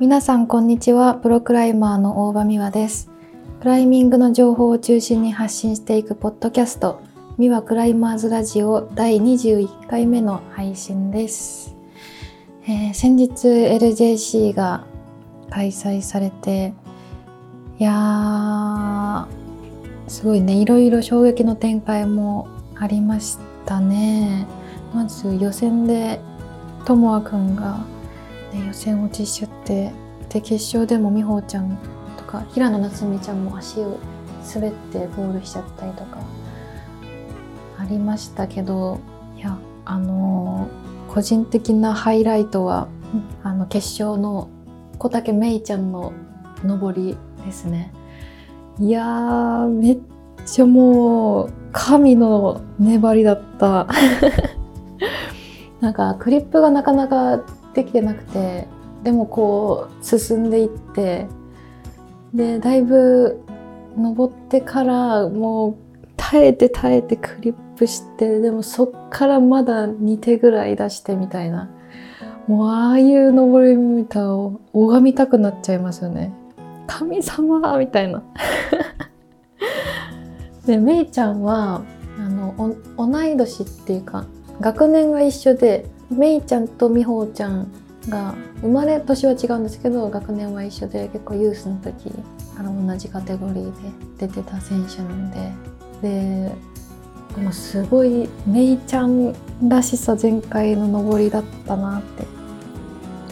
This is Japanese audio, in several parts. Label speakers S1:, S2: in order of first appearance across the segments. S1: 皆さんこんにちはプロクライマーの大場美和ですクライミングの情報を中心に発信していくポッドキャスト美和クライマーズラジオ第21回目の配信です、えー先日 LJC が開催されていやーすごいねいろいろ衝撃の展開もありましたねまず予選でともあくんがね予選落ちしちゃってで決勝でも美穂ちゃんとか平野夏実ちゃんも足を滑ってゴールしちゃったりとかありましたけどいやあのー個人的なハイライトは、あの決勝の小竹芽衣ちゃんの上りですねいやーめっちゃもう神の粘りだったなんかクリップがなかなかできてなくてでもこう進んでいってでだいぶ登ってからもう耐えて耐えてクリップしてでもそっからまだ2手ぐらい出してみたいなもうああいう登り見たら拝みたくなっちゃいますよね神様みたいな でめいちゃんはあのお同い年っていうか学年が一緒でめいちゃんとみほちゃんが生まれ年は違うんですけど学年は一緒で結構ユースの時から同じカテゴリーで出てた選手なんででもうすごいめいちゃんらしさ全開の登りだったなって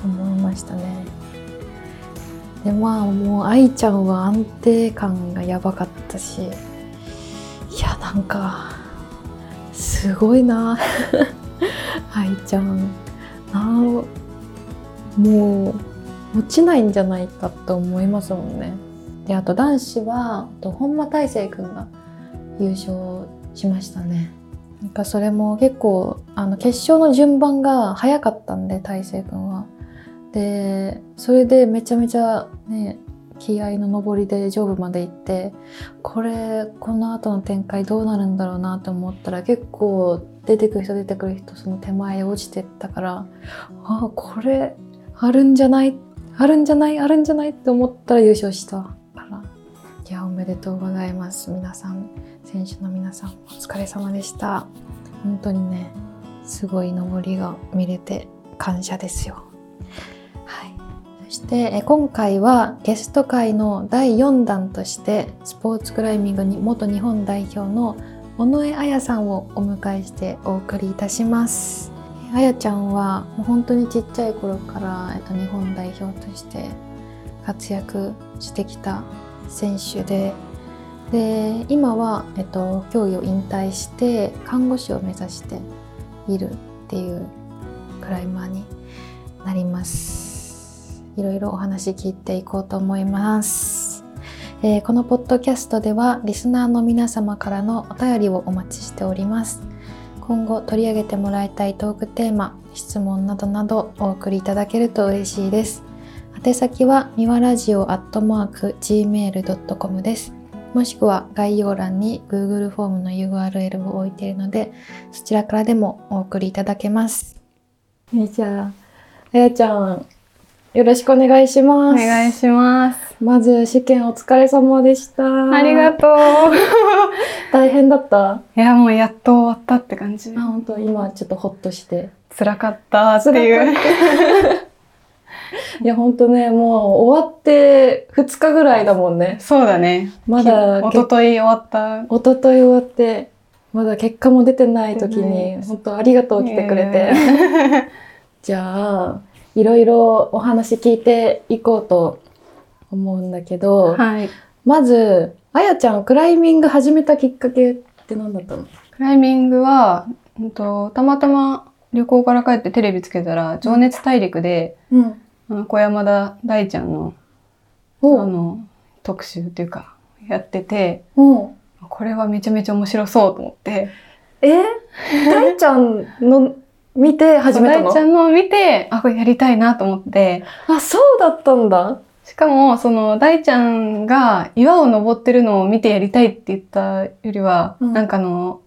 S1: 思いましたねでまあもう愛ちゃんは安定感がやばかったしいやなんかすごいな愛ちゃんなあもう落ちないんじゃないかと思いますもんねであと男子はあと本間大成君が優勝しましたねなんかそれも結構あの決勝の順番が早かったんで大成君はでそれでめちゃめちゃね気合の上りで上部まで行ってこれこの後の展開どうなるんだろうなと思ったら結構出てくる人出てくる人その手前へ落ちてったからあこれあるんじゃないあるんじゃないあるんじゃないって思ったら優勝したからいやおめでとうございます皆さん選手の皆さんお疲れ様でした本当にねすごい上りが見れて感謝ですよはいそしてえー今回はゲスト会の第4弾としてスポーツクライミングに元日本代表の尾上彩さんをお迎えしてお送りいたします。えー彩ちゃんはもう本当にちっちゃい頃から、えっと、日本代表として活躍してきた選手でで今は、えっと、競技を引退して看護師を目指しているっていうクライマーになりますいろいろお話聞いていこうと思います、えーこのポッドキャストではリスナーの皆様からのお便りをお待ちしております今後取り上げてもらいたいトークテーマ質問などなどお送りいただけると嬉しいです宛先はみわラジオアットマーク gmail.com ですもしくは概要欄に Google フォームの URL を置いているのでそちらからでもお送りいただけますえじゃああやちゃん、よろしくお願いし
S2: お
S1: ます。
S2: 願いします。
S1: まず試験お疲れ様でした。
S2: ありが
S1: う。
S2: と う。
S1: 大変だった。
S2: いや、もうやっと終わったって感じ
S1: あ、。本当今ちょっとほっとして。
S2: 辛かったっていう。
S1: いや、本当ね、もう終わって2日ぐらいだもんね。
S2: そうだね。
S1: まだ
S2: き一昨日終わった。
S1: 一昨日終わって、まだ結果も出てない時
S2: 出てない
S1: に、
S2: です
S1: 本当ありがとう来てくれて。
S2: て。
S1: じゃあ、いろいろお話聞いていこうと思うんだけ ど、
S2: はい。
S1: まず、あやちゃん、クライミング始めたきっかけって何だったの
S2: クライミングは、うんと、たまたま旅行から帰ってテレビつけたら、情熱大陸で、
S1: うん。
S2: あの、小山田大ちゃんの、あ
S1: おう
S2: の、特集というか、やってて、
S1: おう
S2: これはめちゃめちゃ面白そうと思って、
S1: え大ちゃんの見て始めたの
S2: 大ちゃんのを見て、あ、これやりたいなと思って、
S1: あ、そうだったんだ。
S2: しかも、その、大ちゃんが岩を登ってるのを見てやりたいって言ったよりは、
S1: うん
S2: なんかあの、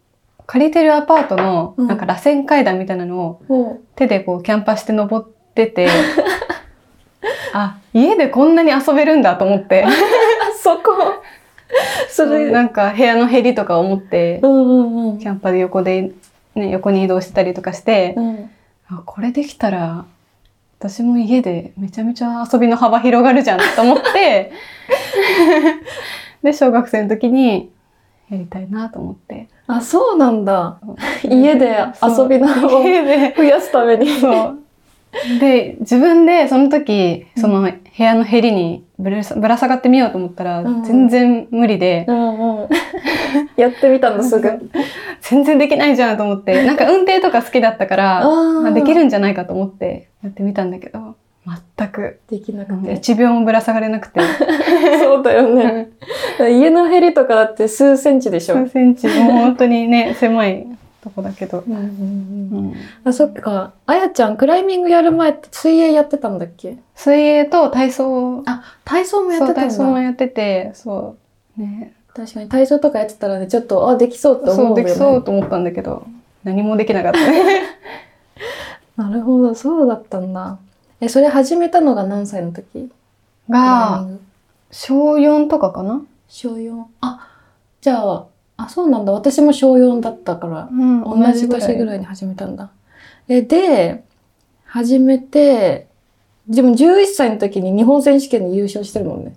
S2: 借りてるアパートの、
S1: うん
S2: なんか螺旋階段みたいなのを
S1: おう
S2: 手でこう、キャンパして登ってて、あ家でこんなに遊べるんだと思って
S1: そこそれ
S2: なんか部屋のへりとか思って
S1: うんうんうん
S2: キャンパで横で、ね、横に移動してたりとかして、
S1: うん
S2: あこれできたら私も家でめちゃめちゃ遊びの幅広がるじゃんと思って で小学生の時にやりたいなと思って
S1: あそうなんだ家で
S2: そう
S1: 遊びの幅を
S2: 家で
S1: 増やすために
S2: そうで自分でその時その部屋のへりにぶらぶら下がってみようと思ったら、
S1: うん
S2: 全然無理で、
S1: うんうんやってみたのすぐ
S2: 全然できないじゃんと思ってなんか運転とか好きだったから
S1: あー
S2: まあできるんじゃないかと思ってやってみたんだけど全く
S1: できなくて
S2: 1秒もぶら下がれ なくて
S1: そうだよね
S2: う
S1: 家のヘリとかだって数センチでしょ、
S2: ん数センチもう本当にね狭いとこだけど、
S1: うんうん
S2: う
S1: うん
S2: ん
S1: あそっかあやちゃんクライミングやる前って水泳やってたんだっけ
S2: 水泳と体操
S1: あ体操もやっ
S2: そう
S1: てたん
S2: 体
S1: だ
S2: 操もやっててそうね
S1: 確かに体操とかやってたらねちょっとあできそうって思う
S2: そ
S1: よ
S2: う
S1: ね
S2: できそうと思ったんだけど何もでき なかったね
S1: なるほどそうだったんだえそれ始めたのが何歳の時クライ
S2: が
S1: ミング
S2: 小4とかかな、
S1: 小4あじゃああそうなんだ私も小4だったから
S2: うん
S1: 同じ年ぐらいに始めたんだえで始めて自分11歳の時に日本選手権で優勝してるもんね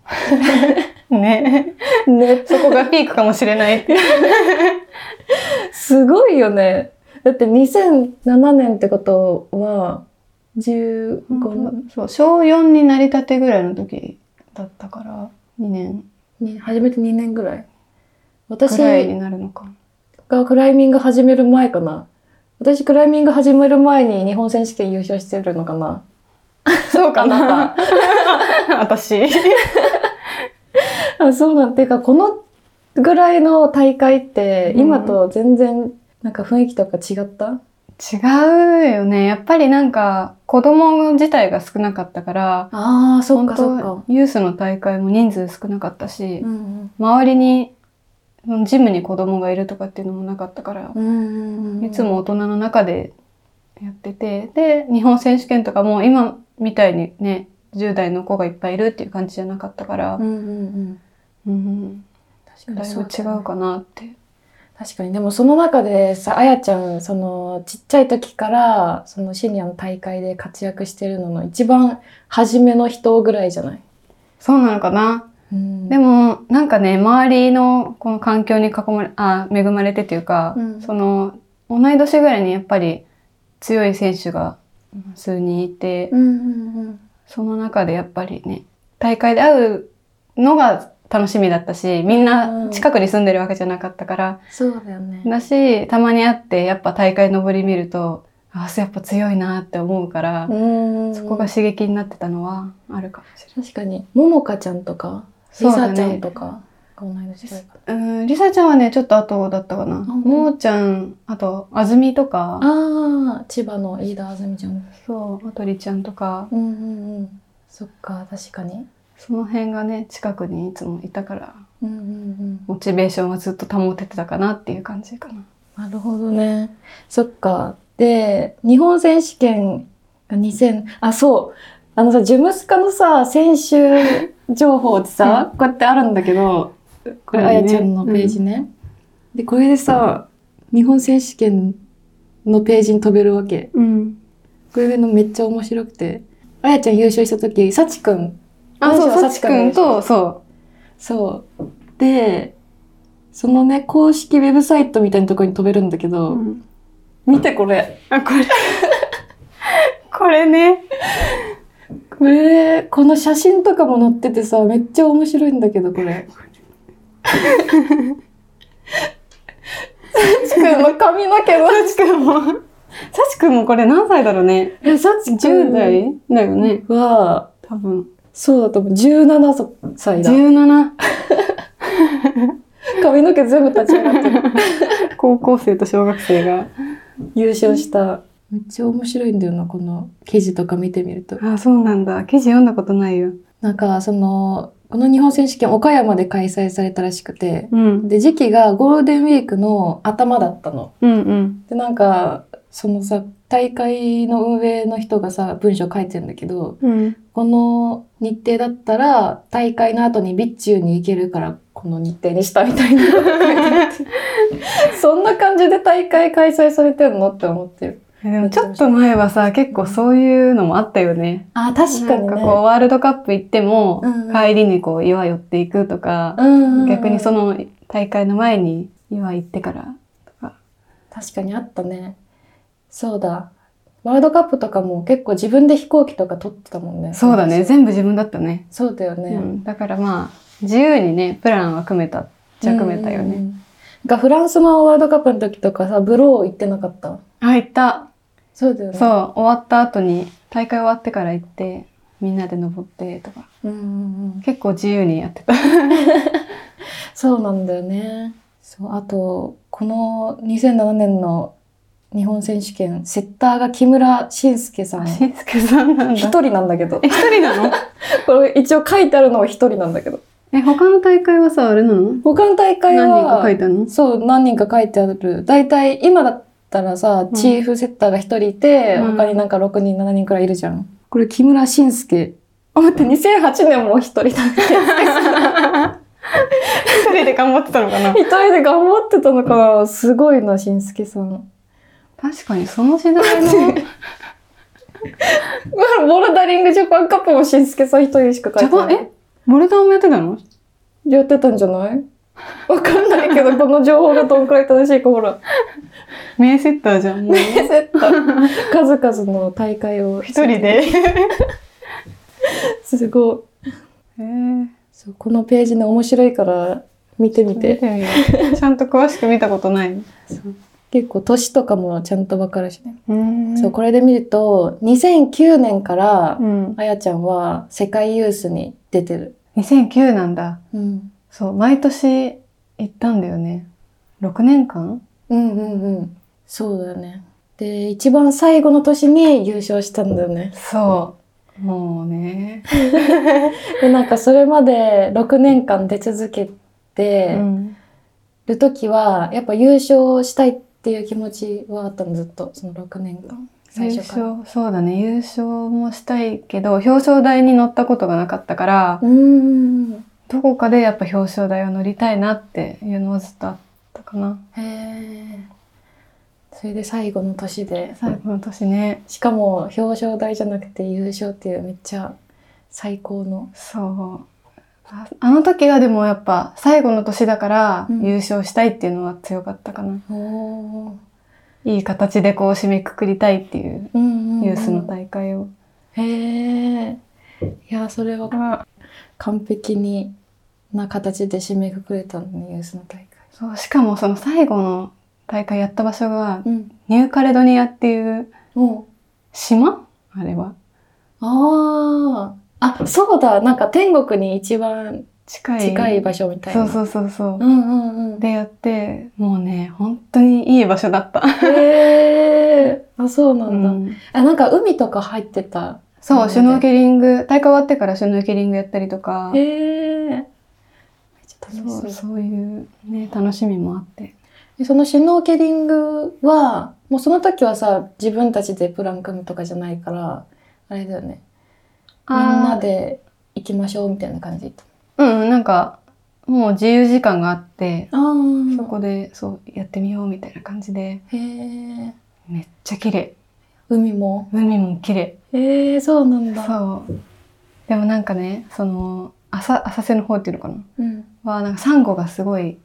S2: ね
S1: ね
S2: そこがピークかもしれない
S1: すごいよねだって2007年ってことは15年、
S2: そう小4になりたてぐらいの時だったから2年
S1: に初めて2年ぐらい
S2: ぐ
S1: 私
S2: らいになるのか
S1: がクライミング始める前かな私クライミング始める前に日本選手権優勝してるのかな
S2: そうか
S1: あ
S2: な私
S1: あそうなんていうかこのぐらいの大会って
S2: うん
S1: 今と全然なんか雰囲気とか違った、
S2: 違うよねやっぱりなんか子供自体が少なかったから
S1: ああそ
S2: 本当ユースの大会も人数少なかったし、
S1: うん
S2: 周りにうんジムに子供がいるとかっていうのもなかったから
S1: う、ん
S2: いつも大人の中でやっててで日本選手権とかも今みたいにね10代の子がいっぱいいるっていう感じじゃなかったから、
S1: うんうんうん
S2: うん、
S1: 確か
S2: だ
S1: に
S2: い
S1: そ
S2: ぶ
S1: う
S2: 違
S1: だね
S2: うかなって。
S1: 確かにでもその中でさあやちゃんそのちっちゃい時からそのシニアの大会で活躍してるのの一番初めの人ぐらいじゃない、
S2: そうなのかな、
S1: うん
S2: でもなんかね周りのこの環境に囲まれあ恵まれてというか、
S1: うん
S2: その同い年ぐらいにやっぱり強い選手が数人いて、
S1: うんうんうん
S2: その中でやっぱりね大会で会うのが楽しみだったしみんな近くに住んでるわけじゃなかったから、
S1: そうだよね
S2: だしたまに会ってやっぱ大会登り見るとあやっぱ強いなって思うから、
S1: うん
S2: そこが刺激になってたのはあるかもしれない。
S1: 確かにももかちゃんとか
S2: そ
S1: リ
S2: うだ
S1: サ
S2: ね
S1: ちゃんとかが同い年ぐらいかな
S2: うん、りさちゃんはね、ちょっと後だったかな。
S1: 本当
S2: もーちゃん、あと、あずみとか、
S1: ああ千葉の飯田あずみちゃん
S2: そう、あとりちゃんとか、
S1: うんうんうんそっか確かに
S2: その辺がね、近くにいつもいたから、
S1: うんうん
S2: モチベーションはずっと保ててたかなっていう感じかな。
S1: うんなるほどねそっかで日本選手権が2000あそうあのさジュムスカのさ選手情報ってさこうやってあるんだけどこれあやちゃんのページね、でこれでさ日本選手権のページに飛べるわけ
S2: うん。
S1: これのめっちゃ面白くてあやちゃん優勝した時さちくん
S2: あ、そう、
S1: 私は
S2: さちくんと、そ
S1: そうでそのね公式ウェブサイトみたいなところに飛べるんだけ
S2: う。
S1: ど、見てこれ
S2: あ、これ。 これね。
S1: これこの写真とかも載っててさめっちゃ面白いんだけどこれさちくんの髪の毛の
S2: さちくんも、さちくんもこれ何歳だろうね。
S1: えさちくん
S2: 10代だよね、
S1: は
S2: 多分。
S1: そうだと思う17歳だ
S2: 17。
S1: 髪の毛全部立ち上がってる
S2: 高校生と小学生が。
S1: 優勝しためっちゃ面白いんだよなこの記事とか見てみると
S2: あ、そうなんだ。記事読んだことないよ。
S1: なんかそのこの日本選手権岡山で開催されたらしくて
S2: うん。
S1: で時期がゴールデンウィークの頭だったの
S2: うんうん。
S1: でなんかそのさ大会の運営の人がさ文章書いてんだけど
S3: うん、
S1: この日程だったら大会の後に備中に行けるからこの日程にしたみたいな そんな感じで大会開催されてんのって思ってる
S2: えでもちょっと前はさ、結構そういうのもあったよね。
S1: あ確
S3: かにね
S2: なんかこう、ワールドカップ行っても
S1: うん、
S2: 帰りにこう、岩寄っていくとか、逆にそ
S1: の
S2: の大会の前に岩行ってからとか。
S1: 確かにあったねそうだワールドカップとかも結構自分で飛行機とか取ってたもんね
S2: そうだね、全部自分だったね。
S1: そうだよね、
S2: うん、だからまあ、自由にね、プランは組めたっちゃ組めたよ
S1: うんうんう
S2: ね。
S1: ん。がフランスのワールドカップの時とかさ、ブロー行ってなかった。
S2: あ、行った。
S1: そうだよね。
S2: そう、終わった後に、大会終わってから行って、みんなで登ってとか、
S1: うんうんうん。
S2: 結構自由にやってた。
S1: そうなんだよね。そう、あと、この2007年の日本選手権、セッターが木村慎介 さん。
S2: しんすけさんなんだ。
S1: 一人なんだけど
S2: え、。一人なの
S1: これ一応書いてあるのは一人なんだけど。
S2: え、他の大会はさ、あれなの
S1: 他の大会は、
S2: 何人か書いたの
S1: そう、何人か書いてある。大体、今だったらさ、
S2: ん
S1: チーフセッターが一人いて、
S2: うん
S1: 他になんか6人、7人くらいいるじゃん。これ、木村慎介。あ、待って、2008年も一人だね。
S2: 一人で頑張ってたのかな
S1: 一人で頑張ってたのかなすごいな、慎介さん。
S2: 確かにその時代 のジ
S1: ボルダリングジャパンカップも慎介さん一人しか書い
S2: ャ
S1: てな
S2: パン
S1: い。
S2: えボルダーもやってたの
S1: やってたんじゃないわかんないけ ど、この情報がどんくらい正しいか、ほら。
S2: 名セッターじゃんもう一
S1: セッター。数々の大会を。
S2: 人。で
S1: すごい。
S2: えー
S1: そうこのページね、面白いから見てみ
S2: 見て
S1: て。
S2: みようちゃんと詳しく見たことない
S1: 結構年とかもちゃんとわかるしね。
S2: うん
S1: そう、これで見ると、2009年から、
S2: うん
S1: あやちゃんは世界ユースに出てる。
S2: 2009なんだ
S1: うん。
S2: そう毎年行ったんだよね6年間
S1: うんうんうん。そうだよね。で、一番最後の年に優勝したんだよね。
S2: そうもうね、
S1: で、なんかそれまで6年間出続けて
S2: ん、
S1: る時は、やっぱ優勝したいっていう気持ちはあったの、ずっと。その6年間。最
S2: 優
S1: 初から。
S2: 勝そうだね優勝もしたいけど表彰台に乗ったことがなかったから、
S1: うん。
S2: どこかでやっぱ表彰台を乗りたいなっていうのはずっとあったかな。
S1: へえ。それで最後の年で。
S2: 最後の年ね。
S1: しかも表彰台じゃなくて優勝っていうめっちゃ最高の。
S2: そう。ああの時はでもやっぱ最後の年だから
S1: うん
S2: 優勝したいっていうのは強かったかな。
S1: お
S2: いい形でこう締めくくりたいっていう
S1: うんうんうん、
S2: ユースの大会を。
S1: へえ。いや、それは完璧にな形で締めくくれたのね、ユースの大会。
S2: そう、しかもその最後の大会やった場所が
S1: うん。
S2: ニューカレドニアっていう
S1: も
S2: 島あれは。
S1: う、ああ。あ、そうだ。なんか天国に一番
S2: 近い。
S1: 近い場所みたいな。
S2: そうそうそうそう。
S1: うんうんうん。
S2: でやって、もうね、本当にいい場所だった。
S1: へえ。あ、そうなんだ。
S2: うん
S1: あ、なんか海とか入ってた。
S2: そ
S1: な
S2: う、
S1: ので
S2: シュノーケリング、大会終わってからシュノーケリングやったりとか、
S1: へえ。めっちゃ楽し
S2: そう
S1: そう。
S2: そういうね、楽しみもあって。
S1: でそのシュノーケリングは、もうその時はさ、自分たちでプラン組むとかじゃないから、あれだよね。みんなで行きましょうみたいな感じ。
S2: あー。うん、なんか、もう自由時間があって、
S1: あ
S2: そこで、そう、やってみようみたいな感じで、
S1: へえ。
S2: めっちゃ綺麗。
S1: 海も。
S2: 海も綺麗。
S1: へえ、そうなんだ。
S2: そう。でもなんかね、その、浅、浅瀬の方っていうのかな
S1: うん。
S2: は、なんかサンゴがすごい、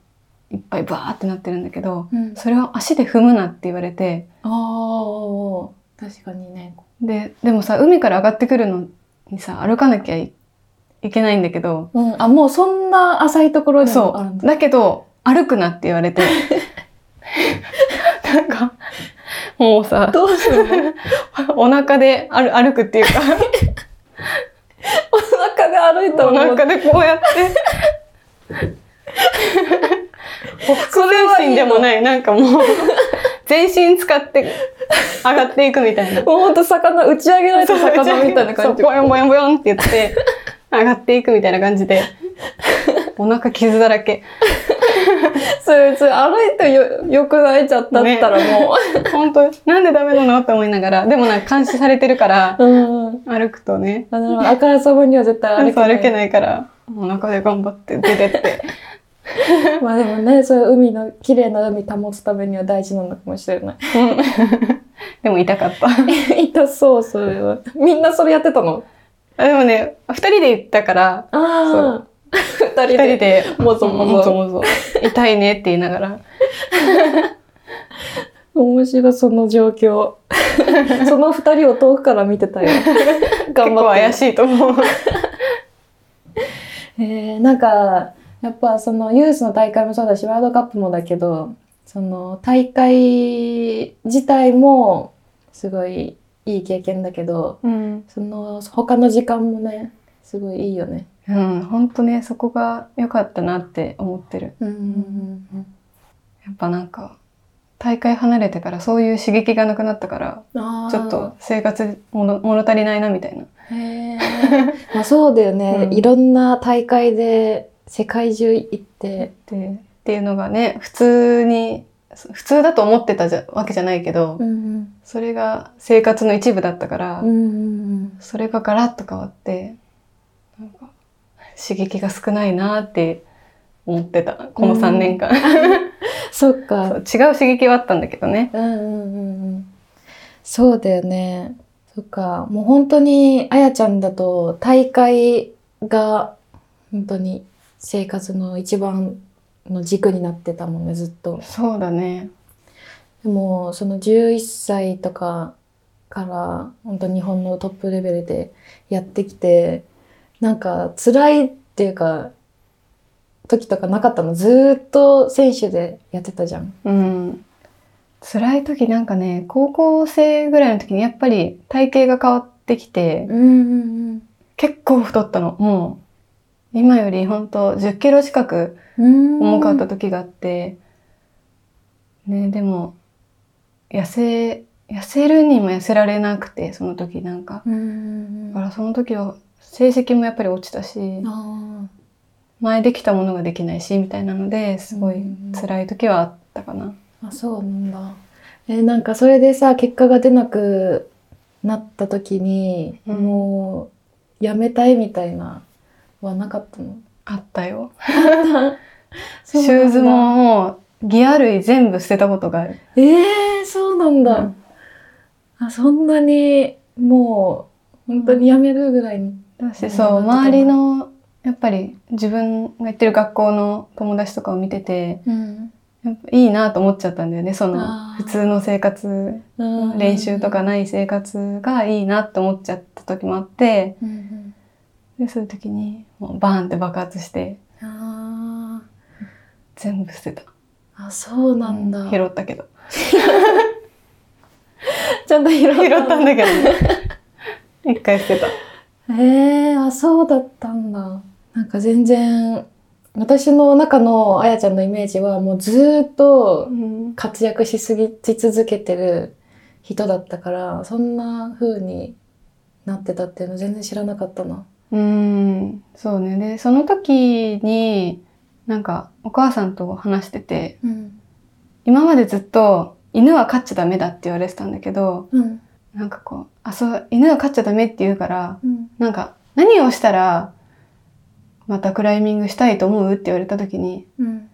S2: いっぱいバーってなってるんだけど、
S1: うん。
S2: それを足で踏むなって言われて、
S1: ああ、確かにね。
S2: で、でもさ、海から上がってくるのにさ、歩かなきゃいいけないんだけど、
S1: うん。あ、もうそんな浅いところにもある
S2: そ
S1: ん
S2: う。
S1: だ。
S2: だけど、歩くなって言われ て。なんか、もうさ、
S1: どうするの
S2: お腹で歩歩くっていうか、
S1: お腹で歩いた
S2: お
S1: の
S2: 腹でこうやって。北前進でもない、なんかもう、全身使って上がっていくみたいな。
S1: もうほんと魚、打ち上げられた魚みたいな
S2: そう
S1: 感じ。
S2: ボヨンボヨンボヨンっ て言って、上がっていくみたいな感じで、お腹傷だらけ。
S1: それ別に歩いてよ、よくないちゃったったらも
S2: 本当なんでダメなのって思いながら、でもなんか監視されてるから、
S1: う。うん。
S2: 歩くとね、
S1: あの、あからさまには絶対
S2: 歩
S1: 歩け
S2: けな
S1: ないい。
S2: から、お腹で頑張って出てって。
S1: まあでもね、そういう海の、綺麗な海保つためには大事なのかもしれない。
S2: でも痛 かった。
S1: 痛そう、それは。みんなそれやってたの
S2: あでもね、二人で行ったから、
S1: ああ。二人
S2: 二人
S1: で。
S2: で、
S1: もぞもぞ
S2: もぞもぞ痛いねって言いながら。
S1: 面白い、その状 況。その二人を遠くから見てたよ。頑
S2: 結構
S1: 張って
S2: 怪しいと思う。
S1: えー、なんかやっぱそのユースの大会もそうだしワールドカップもだけどその大会自体もすごいいい経験だけど
S2: うん。
S1: その他の時間もねすごいいいよね。
S2: うん、ほんとね、そこが良かったなって思ってる。
S1: うん
S2: やっぱなんか、大会離れてからそういう刺激がなくなったから、
S1: あー
S2: ちょっと生活物物足りないなみたいな。
S1: へー まあそうだよね、
S2: うん
S1: いろんな大会で世界中行って
S2: でっていうのがね普通に普通だと思ってたじゃわけじゃないけど、
S1: ん
S2: それが生活の一部だったから、
S1: うんうん
S2: それがガラッと変わってなんか刺激が少ないなって思ってたこの
S1: うん
S2: 3年間、
S1: そっか
S2: そう違う刺激はあったんだけどね
S1: うんうんうんうんそうだよね。そっか、もう本当にあやちゃんだと大会が本当に生活の一番の軸になってたもんね、ずっと。
S2: そうだね
S1: でもその11歳とかから本当日本のトップレベルでやってきてなんか辛いっていうか時とかなかったのずーっと選手でやってたじゃん。
S2: うん辛い時なんかね高校生ぐらいの時にやっぱり体型が変わってきて
S1: うんうん
S2: 結構太ったのもう今よりほんと1 0キロ近く
S1: うん
S2: 重かった時があって、ねでも痩せ痩せるにも痩せられなくてその時なんか
S1: うんうんう
S2: だか
S1: ん。
S2: らその時は成績もやっぱり落ちたし
S1: あ
S2: 前できたものができないしみたいなのですごい辛い時はあったかな。
S1: ーあそうなんだえーなんかそれでさ結果が出なくなった時に、
S2: うん
S1: もうやめたいみたいなはなかったの
S2: あったよ。
S1: そうなんだ
S2: シューズももうギア類全部捨てたことがある。
S1: えー、そうなんだ、
S2: うん
S1: あそんなにもう本当にやめるぐらいに、
S2: だし、
S1: うん
S2: そう、
S1: なんとかな
S2: 周りの、やっぱり自分が行ってる学校の友達とかを見てて、やっぱいいなと思っちゃったんだよね、その
S1: あー
S2: 普通の生活
S1: うん
S2: 練習とか、ない生活がいいなって思っちゃった時もあって
S1: うんうん
S2: でそういう時にもうバーンって爆発して
S1: あー
S2: 全部捨てた
S1: あそうなんだ、
S2: 拾ったけど
S1: ちゃんと拾った
S2: 拾ったん だけどね一回捨てた
S1: ええあ、そうだったんだ。なんか全然、私の中のあやちゃんのイメージはもうずーっと
S2: うん
S1: 活躍しすぎ、し続けてる人だったから、そんな風になってたっていうの全然知らなかったな。
S2: そうねでその時になんかお母さんと話してて
S1: うん。
S2: 今までずっと犬は飼っちゃダメだって言われてたんだけど
S1: うん。
S2: なんかこうあそう犬は飼っちゃダメって言うから
S1: うん。
S2: なんか、何をしたら、またクライミングしたいと思うって言われた時に、
S1: うん。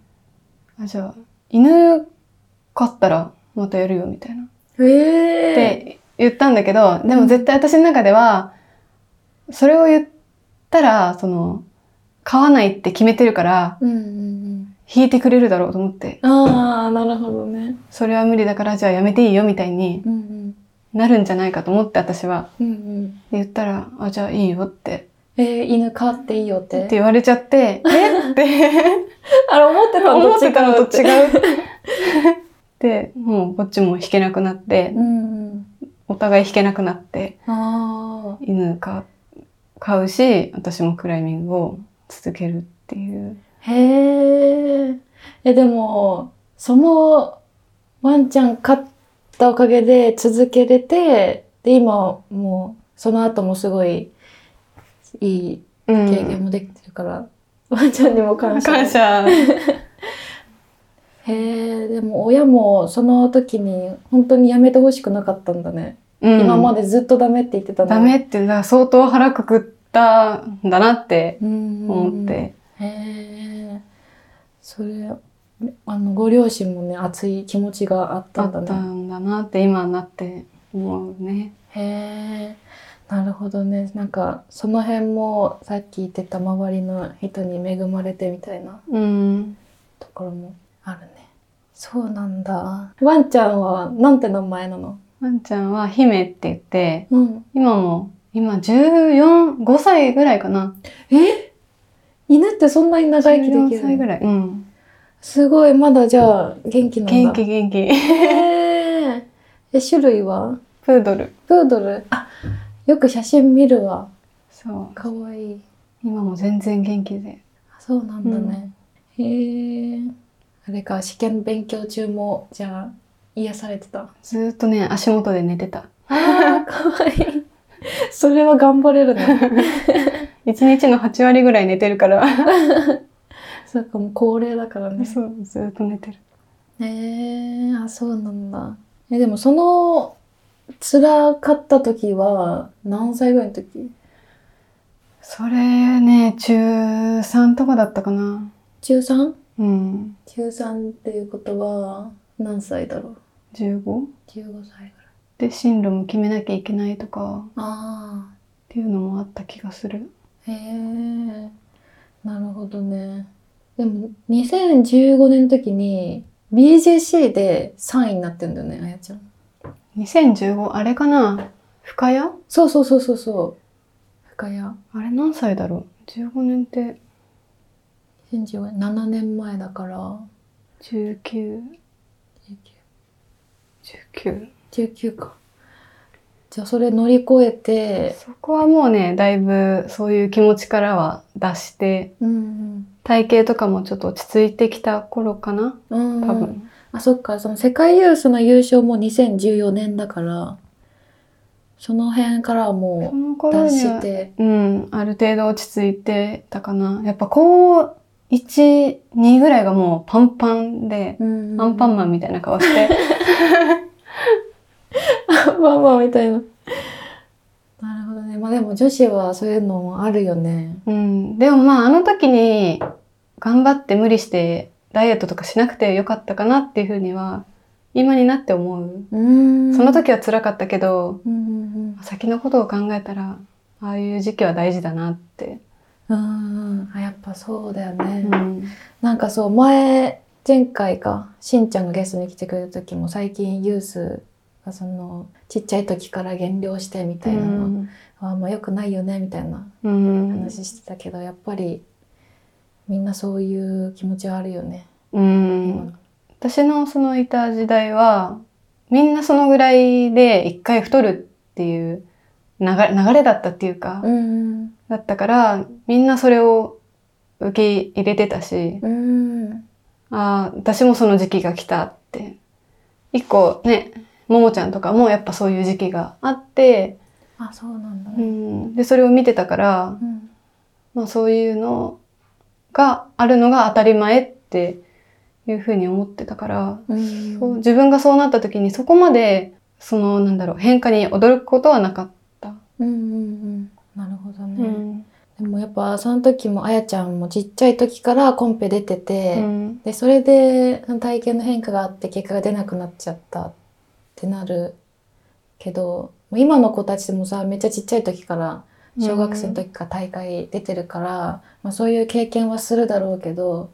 S2: あ、じゃあ、犬飼ったらまたやるよみたいな。っ
S1: ええ
S2: て言ったんだけど、でも絶対私の中では、それを言ったら、その、飼わないって決めてるから、
S1: うんうん
S2: 引いてくれるだろうと思って、
S1: うん。ああ、なるほどね。
S2: それは無理だから、じゃあやめていいよみたいに
S1: うんうん。
S2: なるんじゃないかと思って私は。
S1: うんうん。
S2: で言ったら、あ、じゃあいいよって、
S1: えー、犬飼っていいよっ
S2: って
S1: て。
S2: 言われちゃ って、えって。
S1: あれ、思ってたの
S2: 思ってたのと
S1: う。
S2: 違う。 で、もうこっちも弾けなくなって
S1: う、んうん。
S2: お互い弾けなくなって、
S1: ああ。
S2: 犬か飼うし、私もクライミングを続けるっていう。
S1: へえ。え、でも、そのワンちゃん飼ったおかげで続けれて、で、今もう、その後もすごいいい経験もできてるから、ワンちゃんにも感謝。
S2: 感謝。
S1: へえでも親もその時に本当にやめてほしくなかったんだね、
S2: うん
S1: 今までずっとダメって言ってたの
S2: ダメってな相当腹くくったんだなって
S1: 思
S2: 思って、
S1: へえそれあのご両親もね熱い気持ちがあったん
S2: あ
S1: だ
S2: った
S1: ね
S2: んだなって今になって思うね。
S1: へえなるほどねなんかその辺もさっき言ってた周りの人に恵まれてみたいな
S2: うん、
S1: ところもあるねそうなんだワンちゃんはなんて名前なの
S2: ワンちゃんは姫って言って
S1: うん
S2: 今も今14、5歳ぐらいかな。
S1: え犬ってそんなに長生きでき
S2: 14
S1: る
S2: 歳ぐ
S1: の
S2: らい。うん。
S1: すごいまだじゃあ元気なんだ
S2: 元気元気。
S1: へーえ種類は
S2: プードル。
S1: プードルあよく写真見るわ
S2: そう。
S1: かわいい
S2: 今も全然元気で。
S1: あそうなんだね、へえあれか試験勉強中もじゃあ癒されてた
S2: ずーっとね、足元で寝てた。
S1: あかわいいそれは頑張れるね
S2: 一日の8割ぐらい寝てるから。
S1: そうかもう高齢だからね
S2: そう、ずーっと寝てる。
S1: へえあそうなんだえでもその辛かった時は何歳ぐらいの時
S2: それね、中3とかだったかな。
S1: 13?13
S2: うん。
S1: っていうことは何歳だろう
S2: 15?
S1: 15歳ぐらい
S2: で、進路も決めなきゃいけないとか、
S1: あ
S2: っていうのもあった気がする。
S1: あへえなるほどねでも2015年の時に BJC で3位になってんだよねあやちゃん
S2: 2015、あれかな深谷
S1: そうそうそうそうそう深谷
S2: あれ何歳だろう ?15 年って
S1: 2015年7年前だから
S2: 19、
S1: 19
S2: 19。
S1: 19かじゃあそれ乗り越えて
S2: そこはもうね、だいぶそういう気持ちからは脱して、
S1: うん
S2: 体型とかもちょっと落ち着いてきた頃かな
S1: うん
S2: 多
S1: 多分
S2: 分。
S1: あそっかその世界ユースの優勝も2014年だからその辺からは
S2: そ
S1: も
S2: の
S1: う
S2: 頃
S1: 出
S2: に
S1: し
S2: は、
S1: て
S2: うん、ある程度落ち着いてたかな。やっぱ高1、2ぐらいがもうパンパンで、
S1: うん
S2: アンパンマンみたいな顔 して、
S1: アンパンマンみたいななるほどねまあでも女子はそういうのもあるよね
S2: うん。でもまああの時に頑張って無理してダイエットとかしなくてよかったかなっていうふうには、今になって思う。
S1: うん
S2: その時は辛かったけど、
S1: うんうん
S2: 先のことを考えたらああいう時期は大事だなって、
S1: うんうんあやっぱそうだよね、
S2: うん
S1: なんかそう前前回かしんちゃんがゲストに来てくれた時も最近ユースがそのちっちゃい時から減量してみたいなの、あんま良くないよねみたいな
S2: うん
S1: 話してたけど、やっぱりみんなそういう気持ちはあるよね。
S2: うん私のそのいた時代はみんなそのぐらいで一回太るっていう流れ流れだったっていうか、
S1: うん
S2: だったからみんなそれを受け入れてたし、
S1: うん
S2: ああ私もその時期が来たって一個ねももちゃんとかもやっぱそういう時期があって、
S1: あそうなんだ
S2: う
S1: ね。
S2: ん、でそれを見てたから
S1: うん
S2: まあ、そういうのがあるのが当たり前っていうふうに思ってたから、
S1: うん
S2: そう自分がそうなった時にそこまでそのなんだろう変化に驚くことはなかっ
S1: うんうんうんなるほど
S2: た、
S1: ね、でもやっぱその時もあやちゃんもちっちゃい時からコンペ出てて、
S2: うん
S1: でそれでその体験の変化があって結果が出なくなっちゃったってなるけどもう今の子たちでもさめっちゃちっちゃい時から小学生の時から大会出てるから、まあ、そういう経験はするだろうけど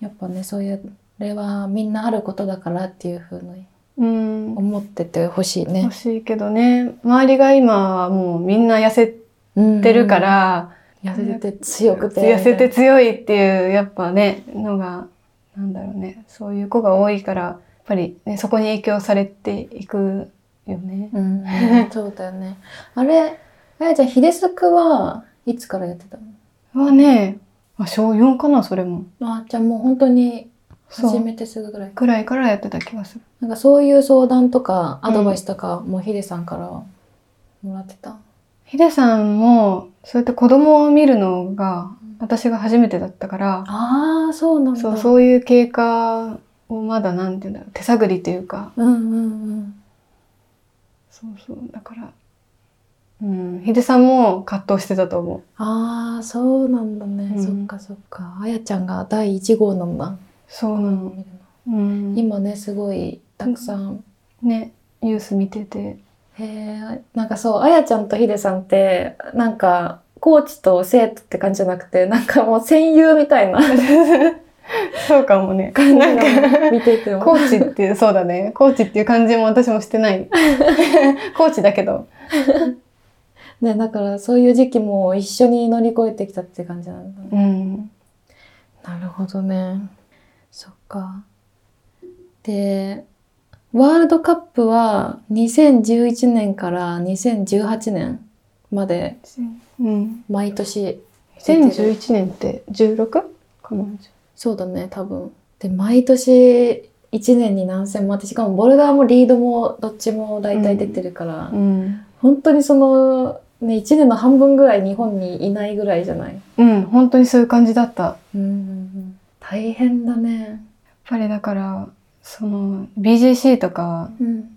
S1: やっぱねそういうあれはみんなあることだからっていうふうに
S2: うん
S1: 思っててほしいね
S2: 欲。しいけどね周りが今はもうみんな痩せて
S1: 出
S2: るか、ら、
S1: 痩せて強くて
S2: 痩せて強いっていうやっぱねのがなんだろうねそういう子が多いからやっぱり、ね、そこに影響されていくよね。
S1: うん、そうだよね。あれ、あやちゃん、ヒデスクはいつからやってたの
S2: はね、あ小4かな、それも。
S1: あ、じゃあもう本当に
S2: そう
S1: 始めてすぐぐらい。
S2: ぐらいからやってた気がする。
S1: なんかそういう相談とかアドバイスとかもヒデさんからもらってた。
S2: ヒデさんも、そうやって子供を見るのが、私が初めてだったから、
S1: ああ、そうなんだ。
S2: そう、そういう経過をまだなんていうんだろう手探りというか
S1: うんうん
S2: そうそうだからうんヒデさんも葛藤してたと思う
S1: ああそうなんだね、
S2: うん
S1: そっかそっかあやちゃんが第1号なんだ、
S2: そうなの、うん、
S1: 今ねすごいたくさん、
S2: ねニュース見てて
S1: へえなんかそうあやちゃんとひでさんってなんかコーチと生徒って感じじゃなくてなんかもう戦友みたい な
S2: そうかもね
S1: 感じ
S2: なん か
S1: が見てて
S2: コ
S1: も
S2: ーチってそうだねコーチっていう感じも私もしてない コーチだけど
S1: ねだからそういう時期も一緒に乗り越えてきたって感じなんだね
S2: うん
S1: なるほどねそっかでワールドカップは2011年から2018年まで
S2: うん
S1: 毎年
S2: 2011年って 16? かな
S1: そうだね、多分。で、毎年1年に何戦もあって、しかもボルダーもリードもどっちも大体出てるから、
S2: うん、
S1: 本当にその、ね、1年の半分ぐらい日本にいないぐらいじゃない。
S2: うん、本当にそういう感じだったやっ
S1: うん、大変だね。
S2: ぱりだからその BGC とか
S1: うん。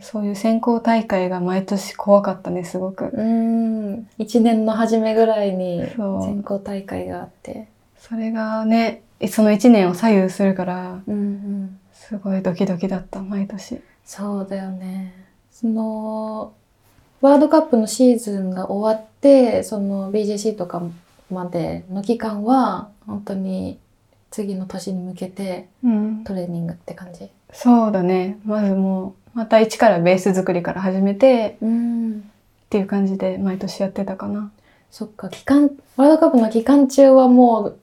S2: そういう選考大会が毎年怖かったねすごく
S1: うん。1年の初めぐらいに
S2: そう
S1: 選考大会があって。
S2: それがねその1年を左右するから
S1: うんうん。
S2: すごいドキドキだった毎年
S1: そうだよね。その、ワールドカップのシーズンが終わって、その BJC とかまでの期間は、本当に次の年に向けて
S2: うん
S1: トレーニングって感じ。
S2: そうだねまずもうまた一からベース作りから始めて
S1: うん。
S2: っていう感じで毎年やってたかな
S1: そっか、期間、ワールドカップの期間中はもう、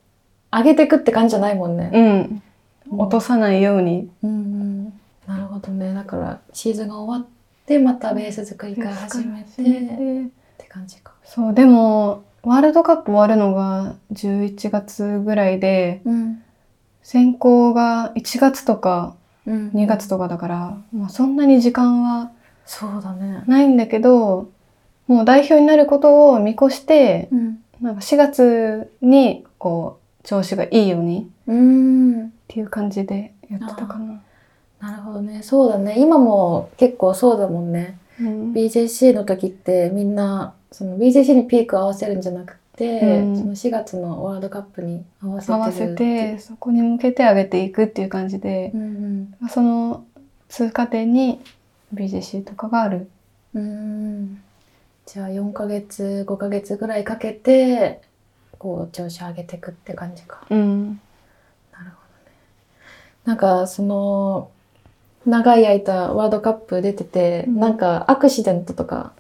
S1: 上げてくって感じじゃないもんね。
S2: うん落とさないように
S1: うんうん。なるほどね。だから、シーズンが終わって、またベース作りから始めて、っ
S2: で
S1: て感じか。
S2: そうでもワールドカップ終わるのが11月ぐらいで
S1: うん。
S2: 選考が1月とか
S1: うん。
S2: 2月とかだから、まあ、そんなに時間は
S1: そうだね。
S2: ないんだけどもう代表になることを見越して
S1: うん。
S2: なんか4月にこう調子がいいように
S1: うん。
S2: っていう感じでやってたかな。
S1: なるほどね。そうだね。今も結構そうだもんね。
S2: うん、
S1: BJC の時ってみんな、その BJC にピークを合わせるんじゃなくて、
S2: うん
S1: その4月のワールドカップに合わせて
S2: 合
S1: る
S2: わせ
S1: っていう
S2: てそこに向けて上げていくっていう感じで、
S1: うん
S2: まあその通過点に BGC とかがある。
S1: うん。うん。じゃあ4ヶ月、5ヶ月ぐらいかけて、こう調子上げていくって感じか。
S2: うん
S1: なるほどね。なんか、その、長い間ワールドカップ出てて、
S2: うん
S1: なんかアクシデントとか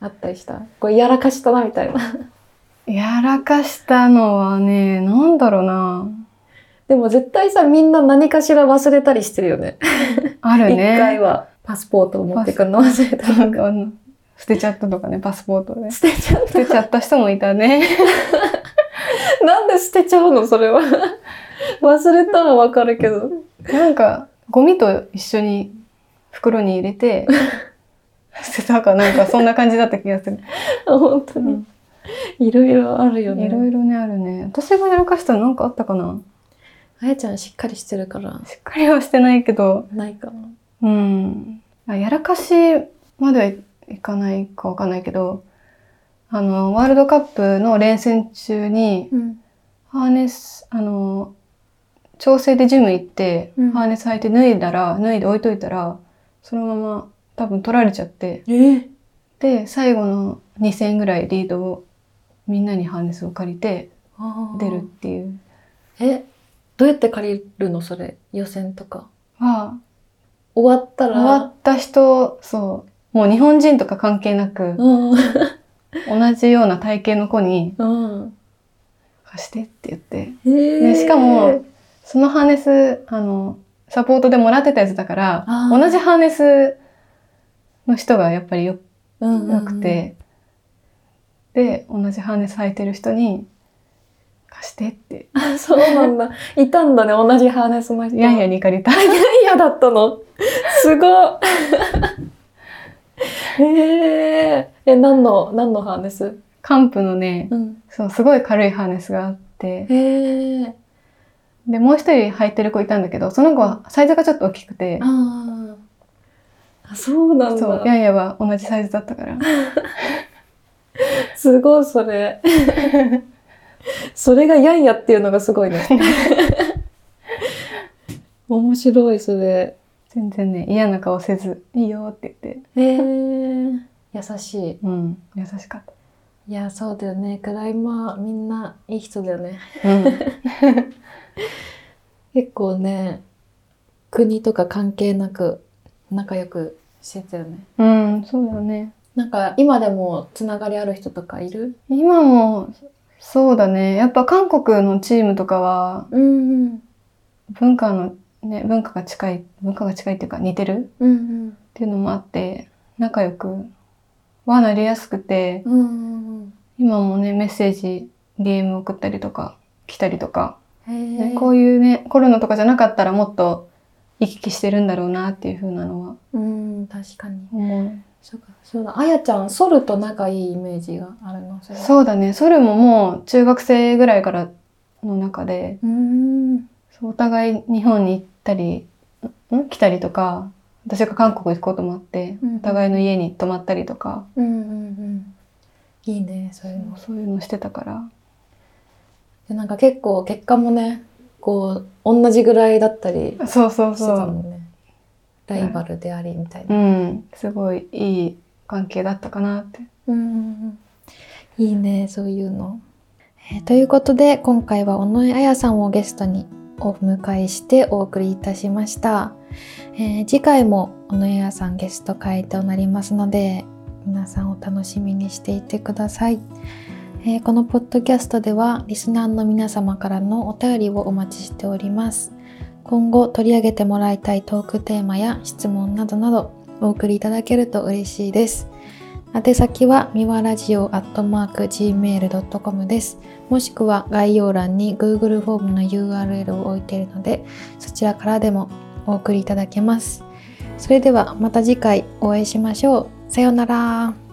S1: あったりしたこれやらかしたなみたいな。
S2: やらかしたのはね、なんだろうな。
S1: でも絶対さ、みんな何かしら忘れたりしてるよね。
S2: あ
S1: 一、
S2: るね。
S1: 回はパスポートを持ってくるの忘れた
S2: なん
S1: とか。
S2: かあの捨てちゃったとかね、パスポートをね。
S1: 捨てちゃっ
S2: 捨てちゃった人もいた ね。
S1: た。なんで捨てちゃうのそれ は。忘れたはわかるけど。
S2: なんか、ゴミと一緒に袋に入 れて、捨てたかなんか、そんな感じだった気がする。
S1: 本当に。いろいろあるよね。
S2: いろいろね、あるね。私がやらかしたのなんかあったかな
S1: あやちゃんしっかりしてるから、
S2: しっかりはしてないけど、
S1: ないかな。
S2: うん。あやらかしまではいかないかわかんないけど、あの、ワールドカップの連戦中に、
S1: うん。
S2: ハーネス、あの、調整でジム行って、
S1: うん
S2: ハーネス履いて脱いだら、脱いで置いといたら、そのまま多分取られちゃって、
S1: ええ
S2: で、最後の2戦ぐらいリードを、みんなにハーネスを借りて出るっていう。
S1: え、どうやって借りるのそれ。予選とか。
S2: は、
S1: 終わった
S2: 終
S1: ら。
S2: わった人、そう、もう日本人とか関係なく、
S1: うん。
S2: 同じような体型の子に
S1: うん。
S2: 貸してって言って。
S1: えー
S2: でしかも、そのハーネス、あの、サポートでもらってたやつだから、
S1: あー
S2: 同じハーネスの人がやっぱりよ
S1: うんうんう
S2: なんく。て、で、同じハーネス履いてる人に、貸してって、
S1: あ そうなんだ。いたんだね、同じハーネスの人。
S2: やんやに借りた。
S1: 嫌だったの。す ごい。へええ、何の、何のハーネス
S2: カンプのね、
S1: うん。
S2: そう、すごい軽いハーネスがあって、
S1: へえ
S2: で、もう一人履いてる子いたんだけど、その子はサイズがちょっと大きくて、
S1: あ
S4: あ、そうなん
S2: そう、
S4: だ。
S2: ヤンヤは同じサイズだったから。
S4: すごい、それ。それがやんやっていうのがすごい ね。面白い、それ。
S2: 全然ね、嫌な顔せず、いいよって言って、
S1: えー、優しい
S2: うん、優しかっ
S1: いやそうだよねクライマーみんないい人だよね
S2: た。うん、
S1: 結構ね国とか関係なく仲良くしてたよね
S2: うん、そうだよね。
S1: なんか今でもつながりある人とかいる
S2: 今も、そうだね。やっぱ韓国のチームとかは、
S1: うんうん
S2: 文化の、ね、文化が近い、文化が近いっていうか似てる
S1: うん
S2: っていうのもあって、仲良くはなりやすくて、
S1: うんうん
S2: 今もね、メッセージ、DM 送ったりとか、来たりとか、
S1: うんうん
S2: ねこういうね、コロナとかじゃなかったらもっと行き来してるんだろうなっていうふうなのは
S1: うん確かに
S2: 思う。
S1: そうかそうだあやちゃんソルと仲いいイメージがあるのそれは
S2: そうだね、ソルももう中学生ぐらいからの中で、
S1: うーん
S2: そうお互い日本に行ったり、ん来たりとか、私が韓国行くこともあって、
S1: うん
S2: お互いの家に泊まったりとか、
S1: うんうんうんいいねそういうの
S2: そういうのしてたから。
S1: でなんか結構結果もねこう同じぐらいだったり
S2: そうそう
S1: して
S2: そ
S1: た
S2: う。
S1: もんねライバルでありみたいな、
S2: うん、すごいいい関係だったかなって。
S1: うん、いいねそういうの、えーということで今回は尾上彩さんをゲストにお迎えしてお送りいたしました、えー次回も尾上彩さんゲスト会となりますので皆さんお楽しみにしていてください、えーこのポッドキャストではリスナーの皆様からのお便りをお待ちしております今後取り上げてもらいたいトークテーマや質問などなどお送りいただけると嬉しいです宛先はみわラジオアットマーク gmail.com です。もしくは概要欄に Google フォームの URL を置いているので、そちらからでもお送りいただけます。それではまた次回お会いしましょう。さようなら。